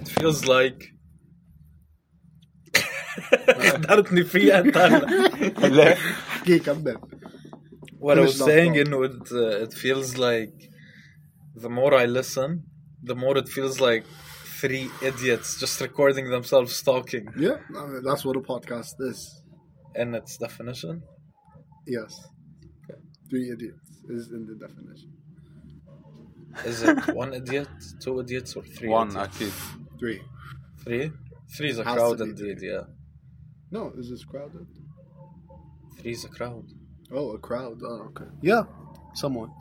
It feels like حضرتني فيه انت هلا لا احكي كمل طيب. what I Finish was that saying thought. انه it, uh, it feels like the more I listen the more it feels like three idiots just recording themselves talking Yeah, I mean, that's what a podcast is. in its definition Yes. Three idiots is in the definition. is it one idiot two idiots or three وان idiots? اكيد Three. three three is a Has to crowd be indeed yeah No, is this crowded? three is a crowd Oh, a crowd. Oh, okay. Yeah, somewhat.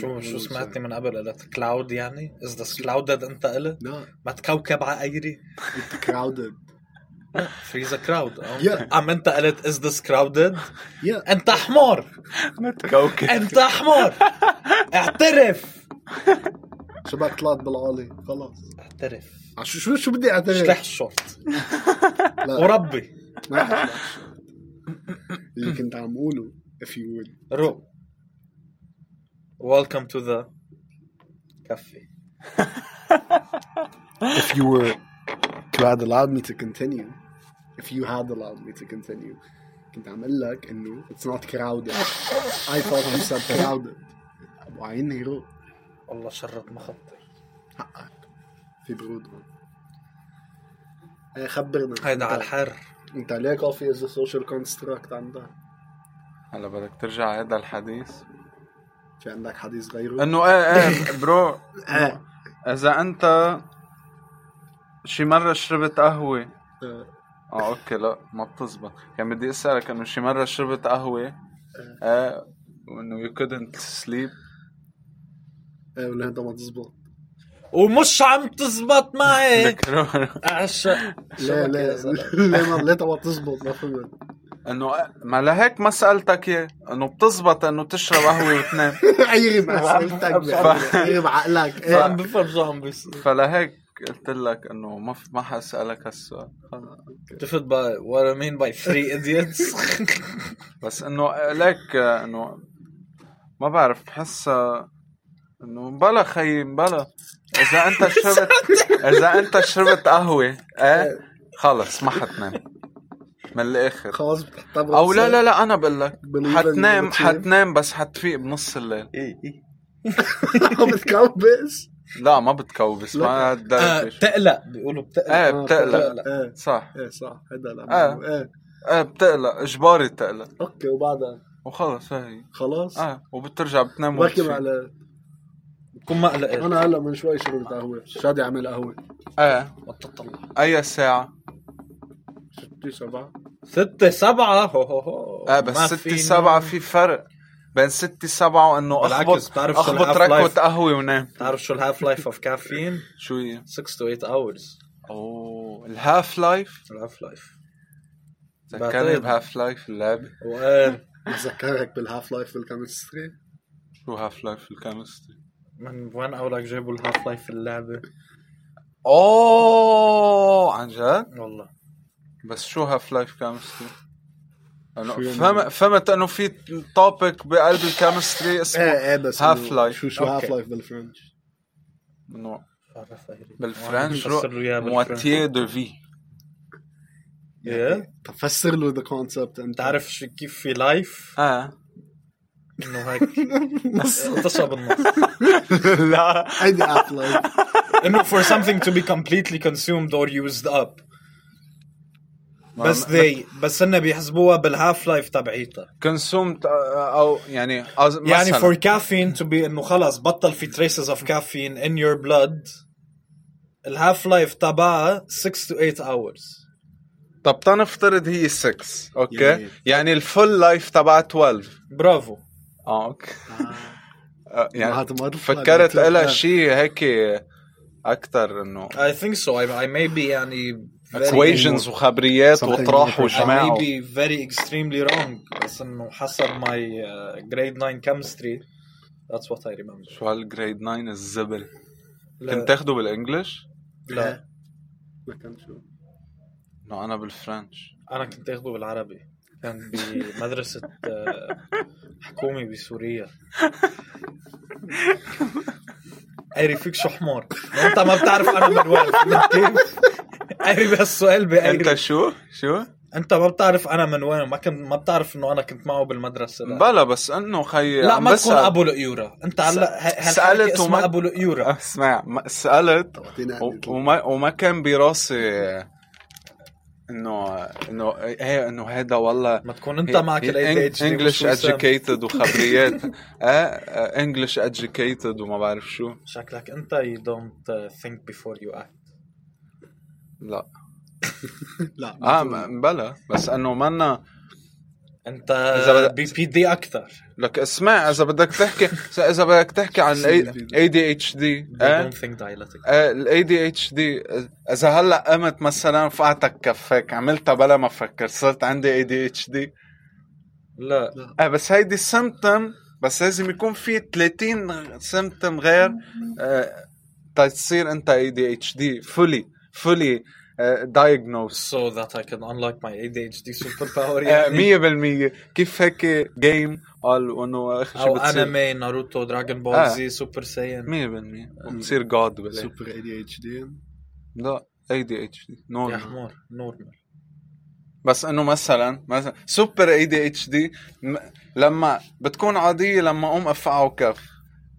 شو شو سمعتني من قبل قالت كلاود يعني؟ از ذس كلاودد انت قلت؟ No, ما تكوكب عقيري؟ it's crowded. فريز كراود Yeah. عم انت قلت از ذس كراودد؟ Yeah. انت حمار كوكب انت حمار اعترف شبك طلعت بالعالي خلاص اعترف عش- شو شو بدي شلح اعترف؟ الشورت لا وربي ما رح أشلح شو. اللي كنت عم قوله if you would رو ويلكم تو ذا كفي if you were you had allowed me to continue if you had allowed me to continue كنت عم اقول لك انه it's not crowded I thought you said crowded وعيني رو والله شرط مخطي حقك في برود هون إيه، خبرنا هيدا على أنت- الحر انت ليه كوفي از سوشيال كونستراكت عندك هلا بدك ترجع هذا الحديث في عندك حديث غيره؟ انه ايه ايه برو إيه. اذا انت شي مره شربت قهوه آه. اه اوكي لا ما بتزبط يعني بدي اسالك انه شي مره شربت قهوه آه وانه يو كودنت سليب ايه ولا انت ما تزبط ومش عم تزبط معي اعشق لا لا لا ما- لا انت ما تزبط ما فهمت انه آه، ما لهيك ما سالتك اياه انه بتزبط انه تشرب قهوه وتنام عيري مع اسئلتك ف- عيري مع عقلك إيه. عم بفهم شو عم بيصير فلهيك قلت لك انه ما في- ما حاسالك هالسؤال عرفت بقى what I mean by three idiots بس انه ليك آه، انه ما بعرف بحسها انه مبلا خيي مبلا اذا انت شربت اذا انت شربت قهوه ايه خلص ما حتنام من الاخر خلاص بتحتفظ او لا لا لا انا بقول لك Believe in حتنام routine. حتنام بس حتفيق بنص الليل عم بتكوبس لا ما بتكوبس ما آه، هالدرجة. بتقلق بيقولوا بتقلق ايه آه، بتقلق بتقلق. ايه صح ايه صح هذا لا آه. ايه ايه بتقلق اجباري تقلق اوكي وبعدها وخلص هي خلاص اه وبترجع بتنام بركي وبتفيق. على كون ما قلقان انا هلا من شوي شربت قهوه شادي عمل قهوه ايه ما بتطلع اي ساعة ستة سبعة ستة سبعة هو هو هو اه بس ما ستة نوم. سبعة في فرق بين ستة سبعة وانه بالعكس، اخبط بتعرف شو اخبط الهاف لايف؟ ركوة قهوة ونام بتعرف شو الهاف لايف اوف كافيين؟ شو هي؟ 6 to 8 hours اوه الهاف لايف الهاف لايف ذكرني بعتقد. بهاف لايف اللعبة وقال بتذكرك بالهاف لايف بالكيمستري شو هاف لايف الكيمستري من وين قولك جابوا الهاف لايف اللعبة؟ اوه عن جد؟ والله بس شو هاف لايف كيمستري؟ أنا شو يعني؟ فهم فهمت انه في توبيك بقلب الكيمستري إيه. اسمه ايه ايه بس Half إنه Life. شو شو هاف أوكي. لايف بالفرنش إنه عرفها هيك. بالفرنش واحد يفسر له إياها بالفرنش. مواتيه دو في إيه. طب فسر له ذا كونسبت انت بتعرف شو كيف في لايف اه انه هيك قصة بالنص لا هيدي هاف لايف انه for something to be completely consumed or used up بس they بس هن بيحسبوها بالهاف لايف تبعيتها كونسومت او يعني أز... يعني مثلاً. for caffeine to be انه خلص بطل في traces of caffeine in your blood الهاف لايف تبعها 6 to 8 hours طب تنفترض هي 6 يعني- اوكي يعني الفول لايف تبع 12 برافو اه اوكي آه، يعني هذا ما أدري. فكرت لها شيء هيك اكثر انه I think so I, I may be يعني very, equations وخبريات Something وطراح different. I وجماع may be very extremely wrong بس انه حسب my uh, grade 9 chemistry that's what I remember شو هالجريد 9 الزبل لا- كنت تاخده بالانجلش؟ لا ما كان شو انه انا بالفرنش انا كنت اخده بالعربي كان بمدرسة آه، حكومي بسوريا قاري فيك شو حمار ما انت ما بتعرف انا من وين فهمت كيف؟ قاري بهالسؤال انت بقاري شو شو انت ما بتعرف انا من وين ما كنت ما بتعرف انه انا كنت معه بالمدرسه لا, بلا بس انه خي لا عم ما بسأل. تكون ابو لقيوره انت هلا ه- هالحركه سألت وما- آه. اسمها ابو لقيوره اسمع ما- سالت اعطينا و- وما وما كان براسي انه انه ايه انه هذا والله ما تكون انت معك الاي دي انجلش educated وخبريات ايه انجلش educated وما بعرف شو شكلك انت you don't uh, think before you act لا لا ما اه تقول. م- بلا بس انه منا انت إذا بدك- بي بي دي اكثر لك اسمع اذا بدك تحكي اذا بدك تحكي عن الاي دي اتش دي they don't think dialectic الاي دي اتش دي اذا هلا قمت مثلا فقعتك كفاك عملتها بلا ما افكر صرت عندي اي دي اتش دي لا آه بس هيدي السمتم بس لازم يكون في 30 سمتم غير آه، تصير انت اي دي اتش دي فولي فولي آه، دايجنوز so that I can unlock my ADHD superpower 100% يعني كيف هيك جيم قال وانه اخر شيء او بتصير انمي ناروتو دراجون بول آه. زي سوبر سايان آه، 100% بتصير جاد بلا سوبر اي دي اتش دي لا اي دي اتش دي يا نورمال حمار نورمال بس انه مثلا مثلا سوبر اي دي اتش دي لما بتكون عاديه لما اقوم افقعه كف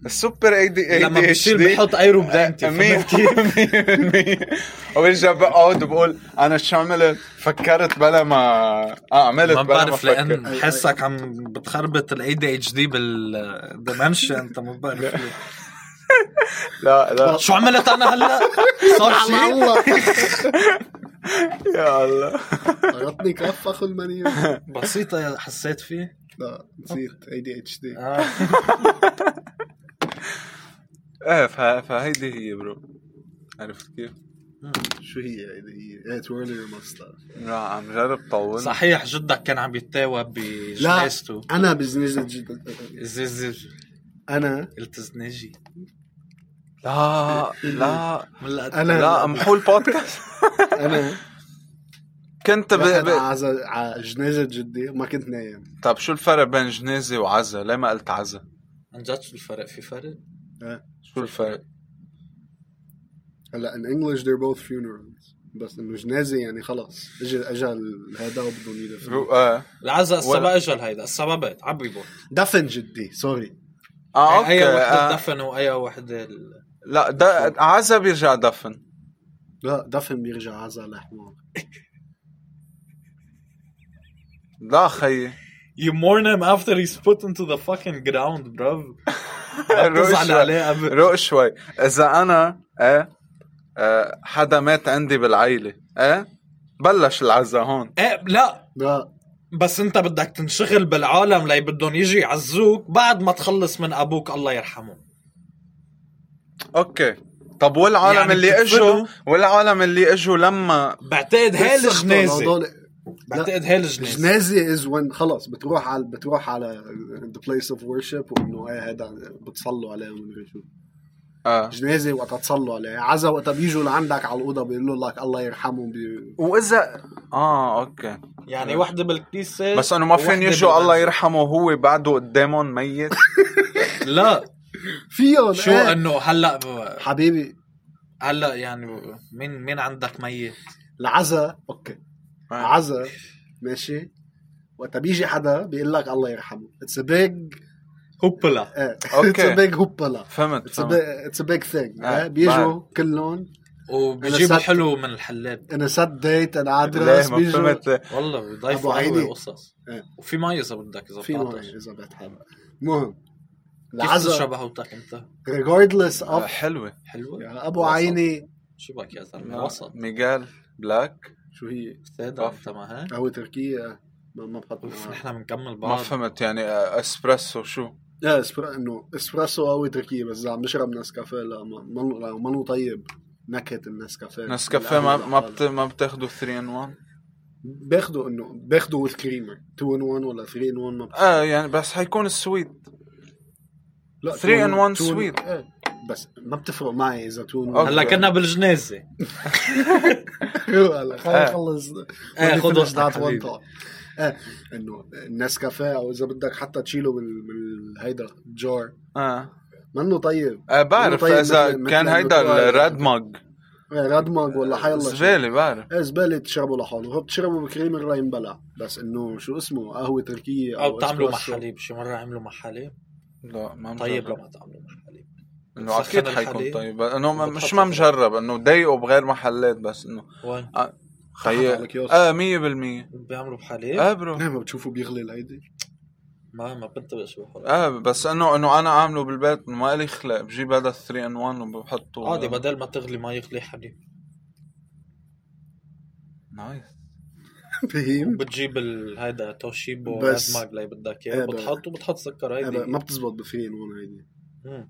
السوبر اي دي لما اتش بشيل دي بحط ايرو بدانتي فهمت كيف؟ 100% وبرجع بقعد بقول انا شو عملت فكرت بلا ما اه عملت ما بلا ما بعرف فكرت لان حسك عم بتخربط الاي دي اتش دي بالدمنشن انت ما بعرف ليه. لا لا شو عملت انا هلا؟ صار على شيء؟ الله يا الله طردني كف اخو المنيو بسيطة حسيت فيه؟ لا نسيت اي دي اتش دي آه. ايه فه- فهيدي هي برو عرفت كيف؟ شو هي هيدي هي؟ ايه تويرلر ماستر لا عم جرب طول صحيح جدك كان عم يتاوب لا بجنازته انا بزنجة جدا الزلزل انا التزنجي لا لا هلا انا لا محول بودكاست انا كنت ب... رحت ب... على على جنازة جدي وما كنت نايم طب شو الفرق بين جنازة وعزا؟ ليه ما قلت عزا؟ عن جد شو الفرق في فرق؟ إيه. شو الفرق؟ هلا ان انجلش they're both funerals بس انه جنازة يعني خلص اجى اجل هذا وبدهم يدفنوا رو... اه العزاء السبع ولا- اجل هيدا السبع بيت عبي بوت دفن جدي سوري اه اي اوكي وحدة آه. دفن واي وحدة ال- لا د... عزا بيرجع دفن لا دفن بيرجع عزا لحمار لا خيي You mourn him after he's put into the fucking ground bruv روق بتزعل شوي. عليه قبل روق شوي اذا انا ايه آه، حدا مات عندي بالعيلة ايه بلش العزا هون ايه لا لا بس انت بدك تنشغل بالعالم لي بدهم يجي يعزوك بعد ما تخلص من ابوك الله يرحمه اوكي طب والعالم يعني يعني اللي بتدفنوا؟ اجوا والعالم اللي اجوا لما بعتقد هاي بس الجنازة الموضوع- بعتقد هاي الجنازة جنازة از وين خلص بتروح على بتروح على ذا بليس اوف worship وانه ايه هذا بتصلوا عليه ومدري شو آه. جنازه وقت تصلوا عليه عزا وقت بيجوا لعندك على الاوضه بيقولوا لك الله يرحمه بي... واذا اه اوكي يعني وحدة بالكنيسة بس انه ما فين ووحدة يجوا الله بالمنزل. يرحمه هو بعده قدامهم ميت لا فيهم شو إيه. انه هلا ب- حبيبي هلا يعني ب- مين مين عندك ميت؟ العزا اوكي آه. عزا ماشي وقت بيجي حدا بيقول لك الله يرحمه اتس ا بيج هوبلا أوكي. اتس ا بيج هوبلا فهمت اتس ا فهمت بيج اتس ا بيج ثينج آه، بيجوا بعرف. كلهم وبيجيبوا أنا صدق. حلو من الحلاب ان سات ديت ان ادرس ليه ما بيجوا فهمت ليه. والله أبو بضيفوا عيني. قهوة وقصص إيه. وفي مي اذا بدك اذا في معي بتعطش اذا بتحب المهم كيف العزا تشرب قهوتك انت؟ ريجاردلس آه، اوف حلوة آه، حلوة؟ يا ابو عيني شو بك يا زلمة وسط ميغال بلاك شو هي سادة انت ما هيك؟ قهوه تركيه ما ما بحط اوف معها. نحن بنكمل ما بعض فهمت يعني آه، اسبريسو شو لا اسبر... انه اسبريسو قوي تركيه بس اذا عم نشرب نسكافيه لا ما منو لا منو طيب نكهه النسكافيه نسكافيه ما ما بت... ما بتاخده 3 ان 1 باخده انه باخده وذ كريمر 2 ان 1 ولا 3 ان 1 ما بت... اه يعني بس حيكون السويت لا 3 in two one two sweet. إيه. بس ما بتفرق معي اذا 2 ان أوكي. 1 هلا كنا بالجنازة هلا إيه. خلينا نخلص إيه، خد finish وقتك that one حبيبي. thought. إيه، انه النسكافيه او اذا بدك حتى تشيله من من هيدا الجار اه منه طيب آه، بعرف طيب اذا مثل- مثل كان هيدا الركوع. الريد مج إيه، ردمج ولا حيلا شيء. زباله بعرف ايه زباله تشربه لحاله هو بتشربه بكريم الري مبلع بس انه شو اسمه قهوه تركيه او بتعملوا مع إسبريسو. حليب شي مره عملوا مع حليب لا ما طيب مجرب لما تعملوا مع حليب انه اكيد سخن حيكون الحليب. طيب انه ما- مش بتحط ما الحليب. مجرب انه ضايقه بغير محلات بس انه وين على خيال الكيوسك. اه 100% بيعملوا بحليب اه برو إيه، ما بتشوفه بيغلي الهيدي ما ما بنتبه شو بحط اه بس انه انه انا عامله بالبيت ما الي خلق بجيب هذا 3 ان 1 وبحطه عادي بدل ما تغلي ما يغلي حليب نايس فهيم بتجيب ال- هيدا توشيبو بس. بس ماج اللي بدك إيه اياه بقى. بتحط وبتحط سكر إيه، هيدي ما بتزبط بفري ان ون هيدي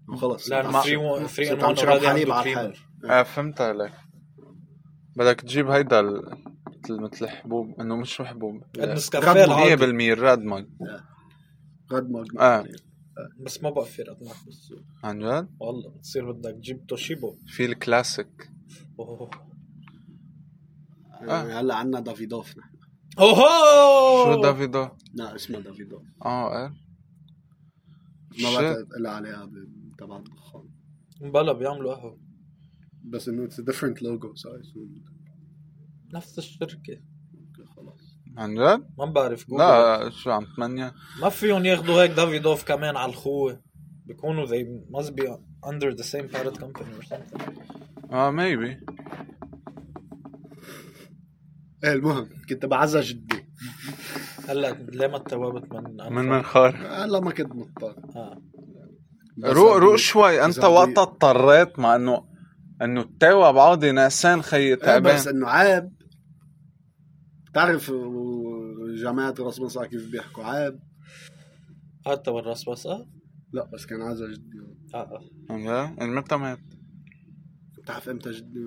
مم. خلص لا ما- ما فري و- فري صرت ان عم وان تشرب already حليب عنده على creamer. الحال اه فهمت عليك بدك تجيب هيدا ال- مثل مثل حبوب انه مش حبوب قد نسكافيه ربو العادي 100% الراد مج ردمج آه. بس ما بقى في رقمك بالسوق عن جد والله بتصير بدك تجيب توشيبو في الكلاسيك اوه آه. هلا عندنا دافيدوف نحن اوه شو دافيدو لا اسمها دافيدوف اه ايه ما شت. بعتقد الا عليها ب- تبع الدخان بلا بيعملوا قهوه بس انه اتس ديفرنت لوجو سايز نفس الشركه خلاص عن جد؟ ما بعرف جوجل. لا شو عم تمنيا؟ ما فيهم ياخذوا هيك دافيدوف كمان على الخوه بيكونوا they must be under the same parent company or something اه ميبي ايه المهم كنت بعزها جدي هلا ليه ما تتوابت من أنفا؟ من منخار هلا اه، ما كنت مضطر آه. بس روق عندي- روق شوي انت إذا عندي- وقتها اضطريت مع انه انه التوا بعضي ناسان خيي إيه، بس تعبان انه عيب بتعرف و- جماعة راس مصر كيف بيحكوا عيب هات تبع الراس بس اه لا بس كان عزا جدي آه. عن جد؟ إن متى مات؟ بتعرف امتى جدي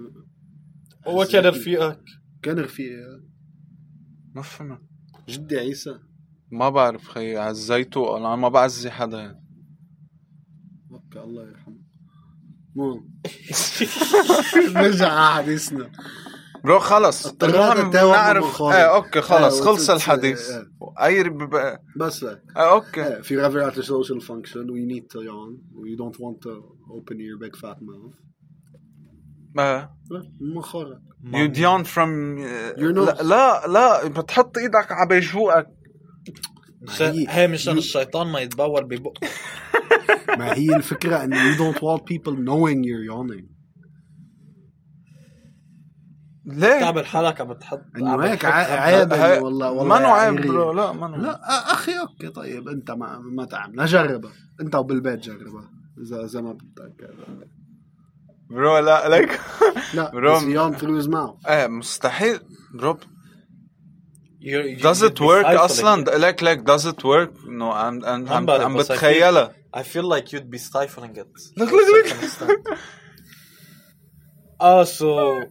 هو كان رفيقك كان رفيقي ما فهمت جدي عيسى ما بعرف خيي عزيته انا ما بعزي حدا اوكي الله يرحمه المهم نرجع على حديثنا برو خلص اضطريت المهم أتوا نعرف من منخار. ايه اوكي خلص إيه، خلص وصلت- الحديث إيه. قيرب بقى بس هيك ايه اوكي Yeah, if you're ever at a social function, we need to yawn. We don't want to open your big fat mouth. إيه. مخرة. You yawn from Your nose. لا لا لا بتحط ايدك على بيجوقك مش- هي مشان الشيطان ما يتبول ببقه ما هي الفكرة إن you don't want people knowing you're yawning. ليه؟ تعمل حالك عم تحط عم إنه هيك تحط- ع- عيب هي- إنه والله والله منو يا عيب عيري. برو لا منو لا أ- أخي أوكي طيب أنت ما ما تعمل جربها أنت وبالبيت جربها إذا إذا ما بدك برو لا ليك لا برو. بس yawn through his mouth. ايه مستحيل برو You- you- does you'd it be work stifling. اصلا لك لك does it work no عم عم عم, بعرف، عم بس بتخيلها I feel like you'd be stifling it. Look, look, look. Oh, so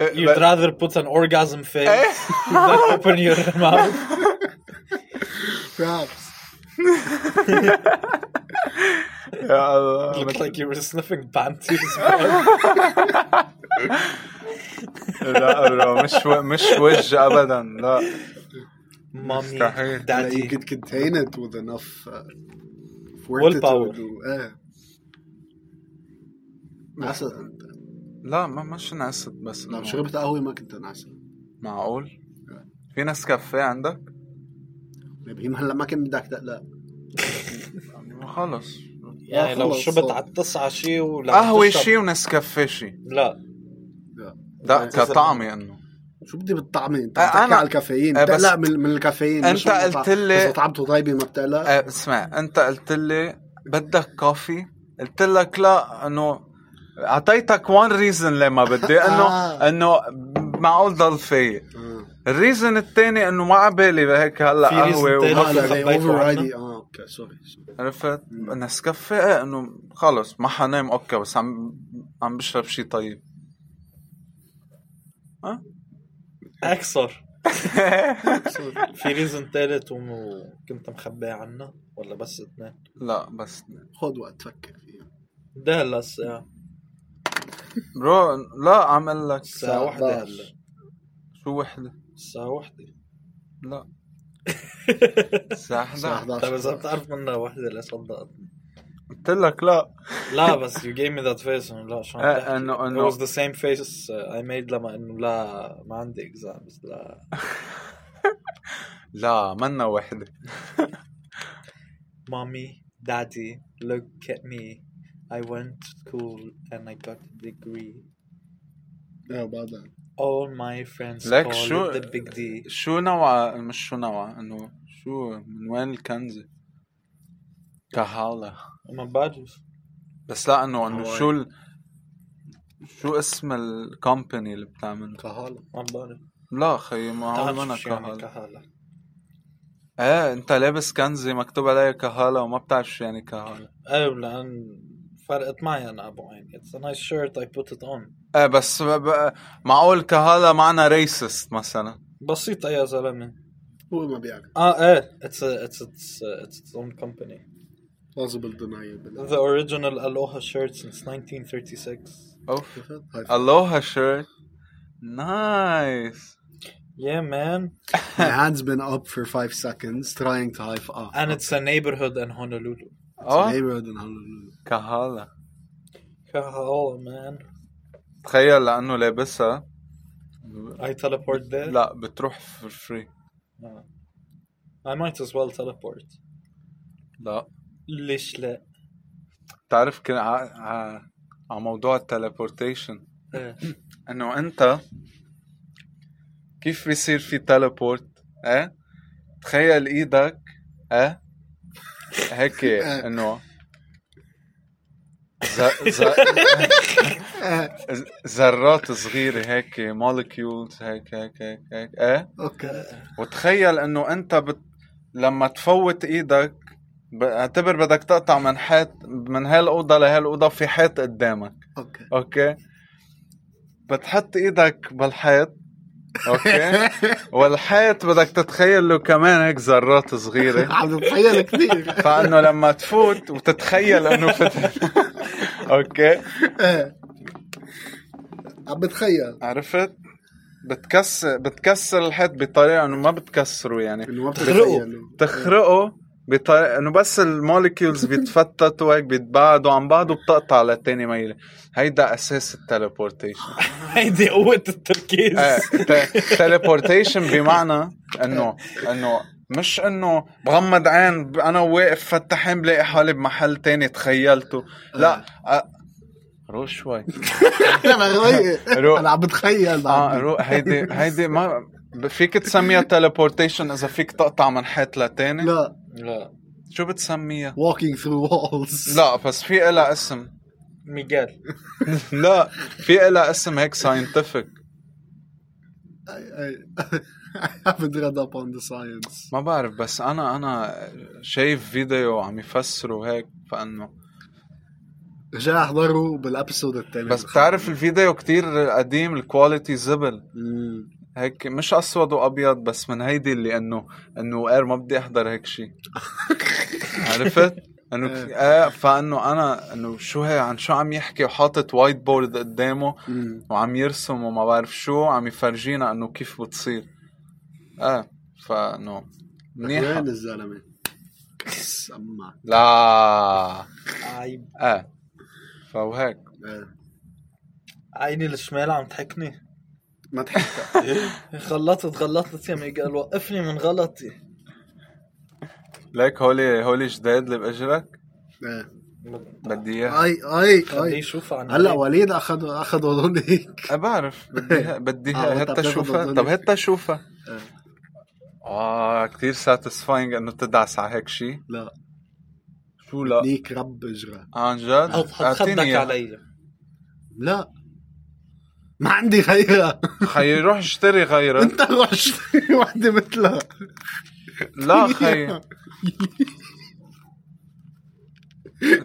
إيه، you'd ب- rather put an orgasm إيه. face than open your mouth. Perhaps. يا الله Looked like you were sniffing panties. لا برو مش و- مش وجه ابدا لا Mommy, مستحيل. That you daddy. could contain it with enough uh, Willpower. fortitude و- إيه. نعست أنت. لا ما مش نعست بس لو نعم، إنه شربت قهوة ما كنت نعست. معقول في ناس كافيه عندك ابراهيم هلا ما كان بدك تقلق خلص Oh, يعني لو خلص، شربت صار. على التسعة شي ولا قهوه تشرب- شي ونسكافيه شي لا لا. يعني لا كطعمي انه شو بدي بالطعمه انت أه، بتحكي أنا- على الكافيين أه، بس- بتقلق من من الكافيين أنت مش من قلت الطعم. لي- اذا طعمته طيبه ما بتقلق أه، اسمع انت قلت لي بدك كوفي قلت لك لا انه اعطيتك وان ريزن لما بدي انه آه. انه معقول ضل فايق اه الريزن الثاني انه ما عبالي هيك هلا في reason قهوه تاني. لا وما- لا خبيته they override عنا. it. اه اوكي سوري سوري. عرفت نسكافيه إيه، انه خلص ما حنام اوكي بس عم عم بشرب شيء طيب اكثر سوري في ريزن ثالث وكنت مخبيه عنا ولا بس اثنين لا بس خذ وقت تفكر نعم. فيها ده هلا الساعة برو لا عم اقول لك الساعة واحدة 11. هلا شو وحده الساعة واحدة لا الساعه الساعة 11 طيب اذا 11 بتعرف منا واحدة ليش صدقتني قلت لك لا لا بس you gave me that face and لا شو عم آه، تحكي؟ إنه- It إنه- was the same face uh, I made لما انه لا ما عندي exams لا لا منا وحده mommy daddy look at me I went to school and I got a degree ايه بعدها all my friends لك call شو- it the big D شو نوع مش شو نوع انه شو من وين الكنزه كهالة ما بعرف بس لا انه انه هواي. شو ال... شو اسم الكومباني اللي بتعمل كهالة ما بعرف لا خيي ما هو تعال منا شوف شو يعني كهالة كهالة ايه انت لابس كنزه مكتوب عليها كهالة وما بتعرف شو يعني كهالة ايه لان فرقت معي انا ابو عين it's a nice shirt I put it on ايه بس ب... ب... معقول كهالة معنا ريسست مثلا بسيطة يا زلمة هو ما بيعرف اه ايه it's a, it's it's uh, it's its own company plausible deniability The original Aloha shirt since 1936. اوف هاي الوها شيرت نايس Yeah, man. My hand's been up for five seconds trying to high five. And it's a neighborhood in Honolulu. oh. اه neighborhood in Honolulu. كهالة Oh, man. تخيل لانه لابسها I teleport there? لا بتروح فور فري No. I might as well teleport. لا ليش لا؟ بتعرف كان ع... ع... على موضوع التليبورتيشن إيه. انه انت كيف بيصير في تليبورت ايه تخيل ايدك ايه هيك انه ز... ز... ذرات صغيره هيك مولكيولز هيك هيك هيك هيك ايه Okay. وتخيل انه انت بت... لما تفوت ايدك ب- اعتبر بدك تقطع من حيط من هالاوضه لهالاوضه في حيط قدامك Okay. اوكي بتحط ايدك بالحيط اوكي والحيط بدك تتخيل له كمان هيك ذرات صغيره عم بتخيل كثير فانه لما تفوت وتتخيل انه فتح اوكي إيه. عم بتخيل عرفت بتكسر بتكسر الحيط بطريقه انه ما بتكسره يعني انه ما تخرقه. بتخيل تخرقه بطريقه انه بس المولكيولز بيتفتتوا هيك بيتبعدوا عن بعض وبتقطع للتاني ميله هيدا اساس التليبورتيشن آه، هيدي قوة التركيز. Eh. تليبورتيشن بمعنى انه انه مش انه بغمض عين ب- انا واقف فتحان بلاقي حالي بمحل تاني تخيلته لا أ- روح شوي انا روق. غريق انا عم بتخيل آه، اه روح هيدي هيدي ما فيك تسميها تليبورتيشن اذا فيك تقطع من حيط لتاني لا لا. شو بتسميها؟ walking through walls لا بس في لها اسم ميغيل. لا في لها اسم هيك ساينتفك I, I, I haven't read up on the science ما بعرف بس انا انا شايف فيديو عم يفسروا هيك فانه رجع احضره بالابسود الثاني بس بتعرف الفيديو كتير قديم الكواليتي زبل هيك مش اسود وابيض بس من هيدي اللي انه انه اير ما بدي احضر هيك شيء عرفت؟ انه ك- آه فانه انا انه شو هي عن شو عم يحكي وحاطط وايت بورد قدامه وعم يرسم وما بعرف شو عم يفرجينا انه كيف بتصير اه فانه منيحه وين الزلمه سمع لا عي- اه فوهيك إيه. عيني الشمال عم تحكني. ما تحكي غلطت غلطت يا ميغيل وقفني من غلطي. ليك هولي هولي جداد اللي باجرك إيه. بدي اياها آه. اي اي خليه اي يشوفها عن هلا قريب. وليد اخذ اخذ هذول هيك آه، بعرف بدي إياها- بدي آه، إياها. وأنت هتا بتاخد شوفها الدنيا. طب هتا شوفها إيه. آه. اه كثير ساتيسفاينغ انه تدعس على هيك شيء لا شو لا ليك رب اجرى عن جد حط حط اعطيني خدك إياها. علي. لا ما عندي غيرها خيي روح اشتري غيرها انت روح اشتري وحده مثلها لا خيي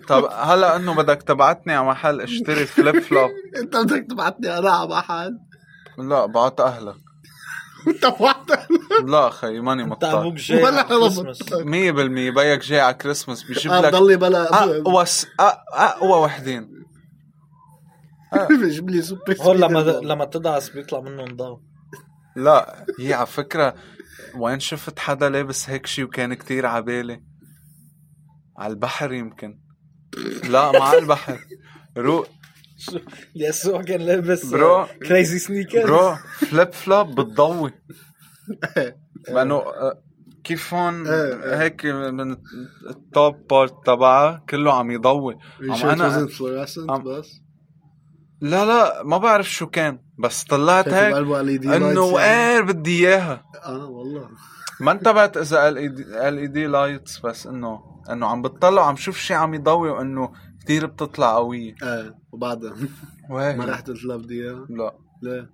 طب هلا انه بدك تبعتني على محل اشتري فليب فلوب انت بدك تبعتني انا على محل لا بعت اهلك انت وحدك لا خيي ماني انت مضطر ابوك جاي ولا على ربط. كريسماس. 100% بيك جاي على كريسماس بجيب آه، لك ضلي بلا اقوى س- أ- اقوى أه، وحدين بجيب لي سوبر هول لما سبيدر مان. لما تدعس بيطلع منه نضال لا هي على فكره وين شفت حدا لابس هيك شي وكان كتير عبالي على البحر يمكن لا مع البحر رو يسوع كان لابس آه، برو. كريزي سنيكر برو فليب فلوب بتضوي لانه آه، كيف هون إيه، إيه. هيك من التوب بارت تبعها كله عم يضوي You عم sure it أنا- wasn't fluorescent عم- بس؟ لا لا ما بعرف شو كان بس طلعت شايف هيك بقلبه LED انه lights يعني. وقار بدي اياها اه والله ما انتبهت E اذا ال اي دي لايتس بس انه انه عم بتطلع عم شوف شي عم يضوي وانه كتير بتطلع قوية ايه وبعدها وهي ما رحت قلت لها بدي اياها لا ليه؟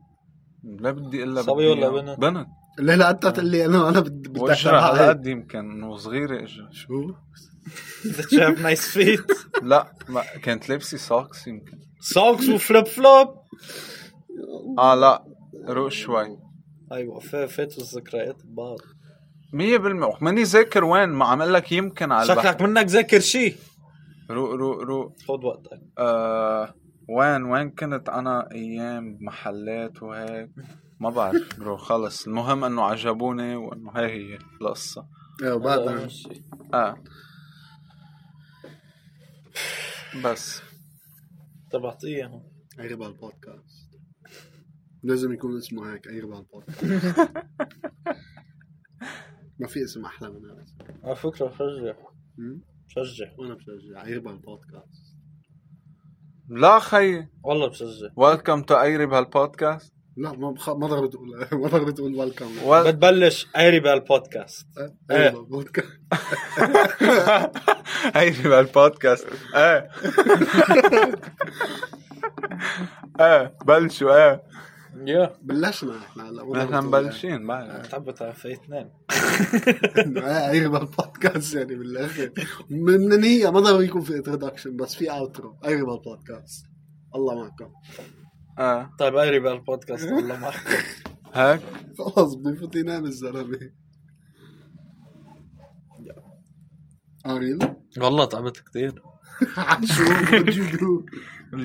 لا بدي الا صبي بدي ولا إياها. بنت؟ بنت ليه لا انت تقول لي انا انا بدي بدي وجهها أشرحها على هيك. قد يمكن انه صغيرة اجرها شو شو؟ Did you have nice feet? لا ما كانت لابسة سوكس يمكن Socks وفليب فلوب اه لا روق شوي ايوه فا- فاتوا الذكريات ببعض مية بالمية ماني ذاكر وين ما عم اقول لك يمكن على البحر شكلك منك ذاكر شيء روق روق روق خد وقتك آه وين وين كنت انا ايام محلات وهيك ما بعرف برو خلص المهم انه عجبوني وانه هاي هي القصه ايه آه، وبعدها اه بس طب اعطيهم قريبها البودكاست لازم يكون اسمه هيك قريبها البودكاست ما في اسم احلى من هذا على فكره بشجع مم. بشجع وانا بشجع قريبها البودكاست لا خي والله بشجع ويلكم تو قيري بهالبودكاست لا ما بخ... ما ضروري تقول ما ضروري تقول ويلكم وال... بتبلش قاري بهالبودكاست قريبها البودكاست قيري بهالبودكاست ايه ايه بلشوا ايه يا بلشنا احنا هلا ما ضروري نحن تقول مبلشين بعد تعبت على فايت نام إنه إيه، قريبها البودكاست يعني بالاخر من من هي ما ضروري يكون في انتروداكشن بس في اوترو قريبها البودكاست الله معكم ايه طيب قاري بهالبودكاست والله معك هيك خلاص بيفوت ينام الزلمه قارين والله تعبت كثير عشو what you do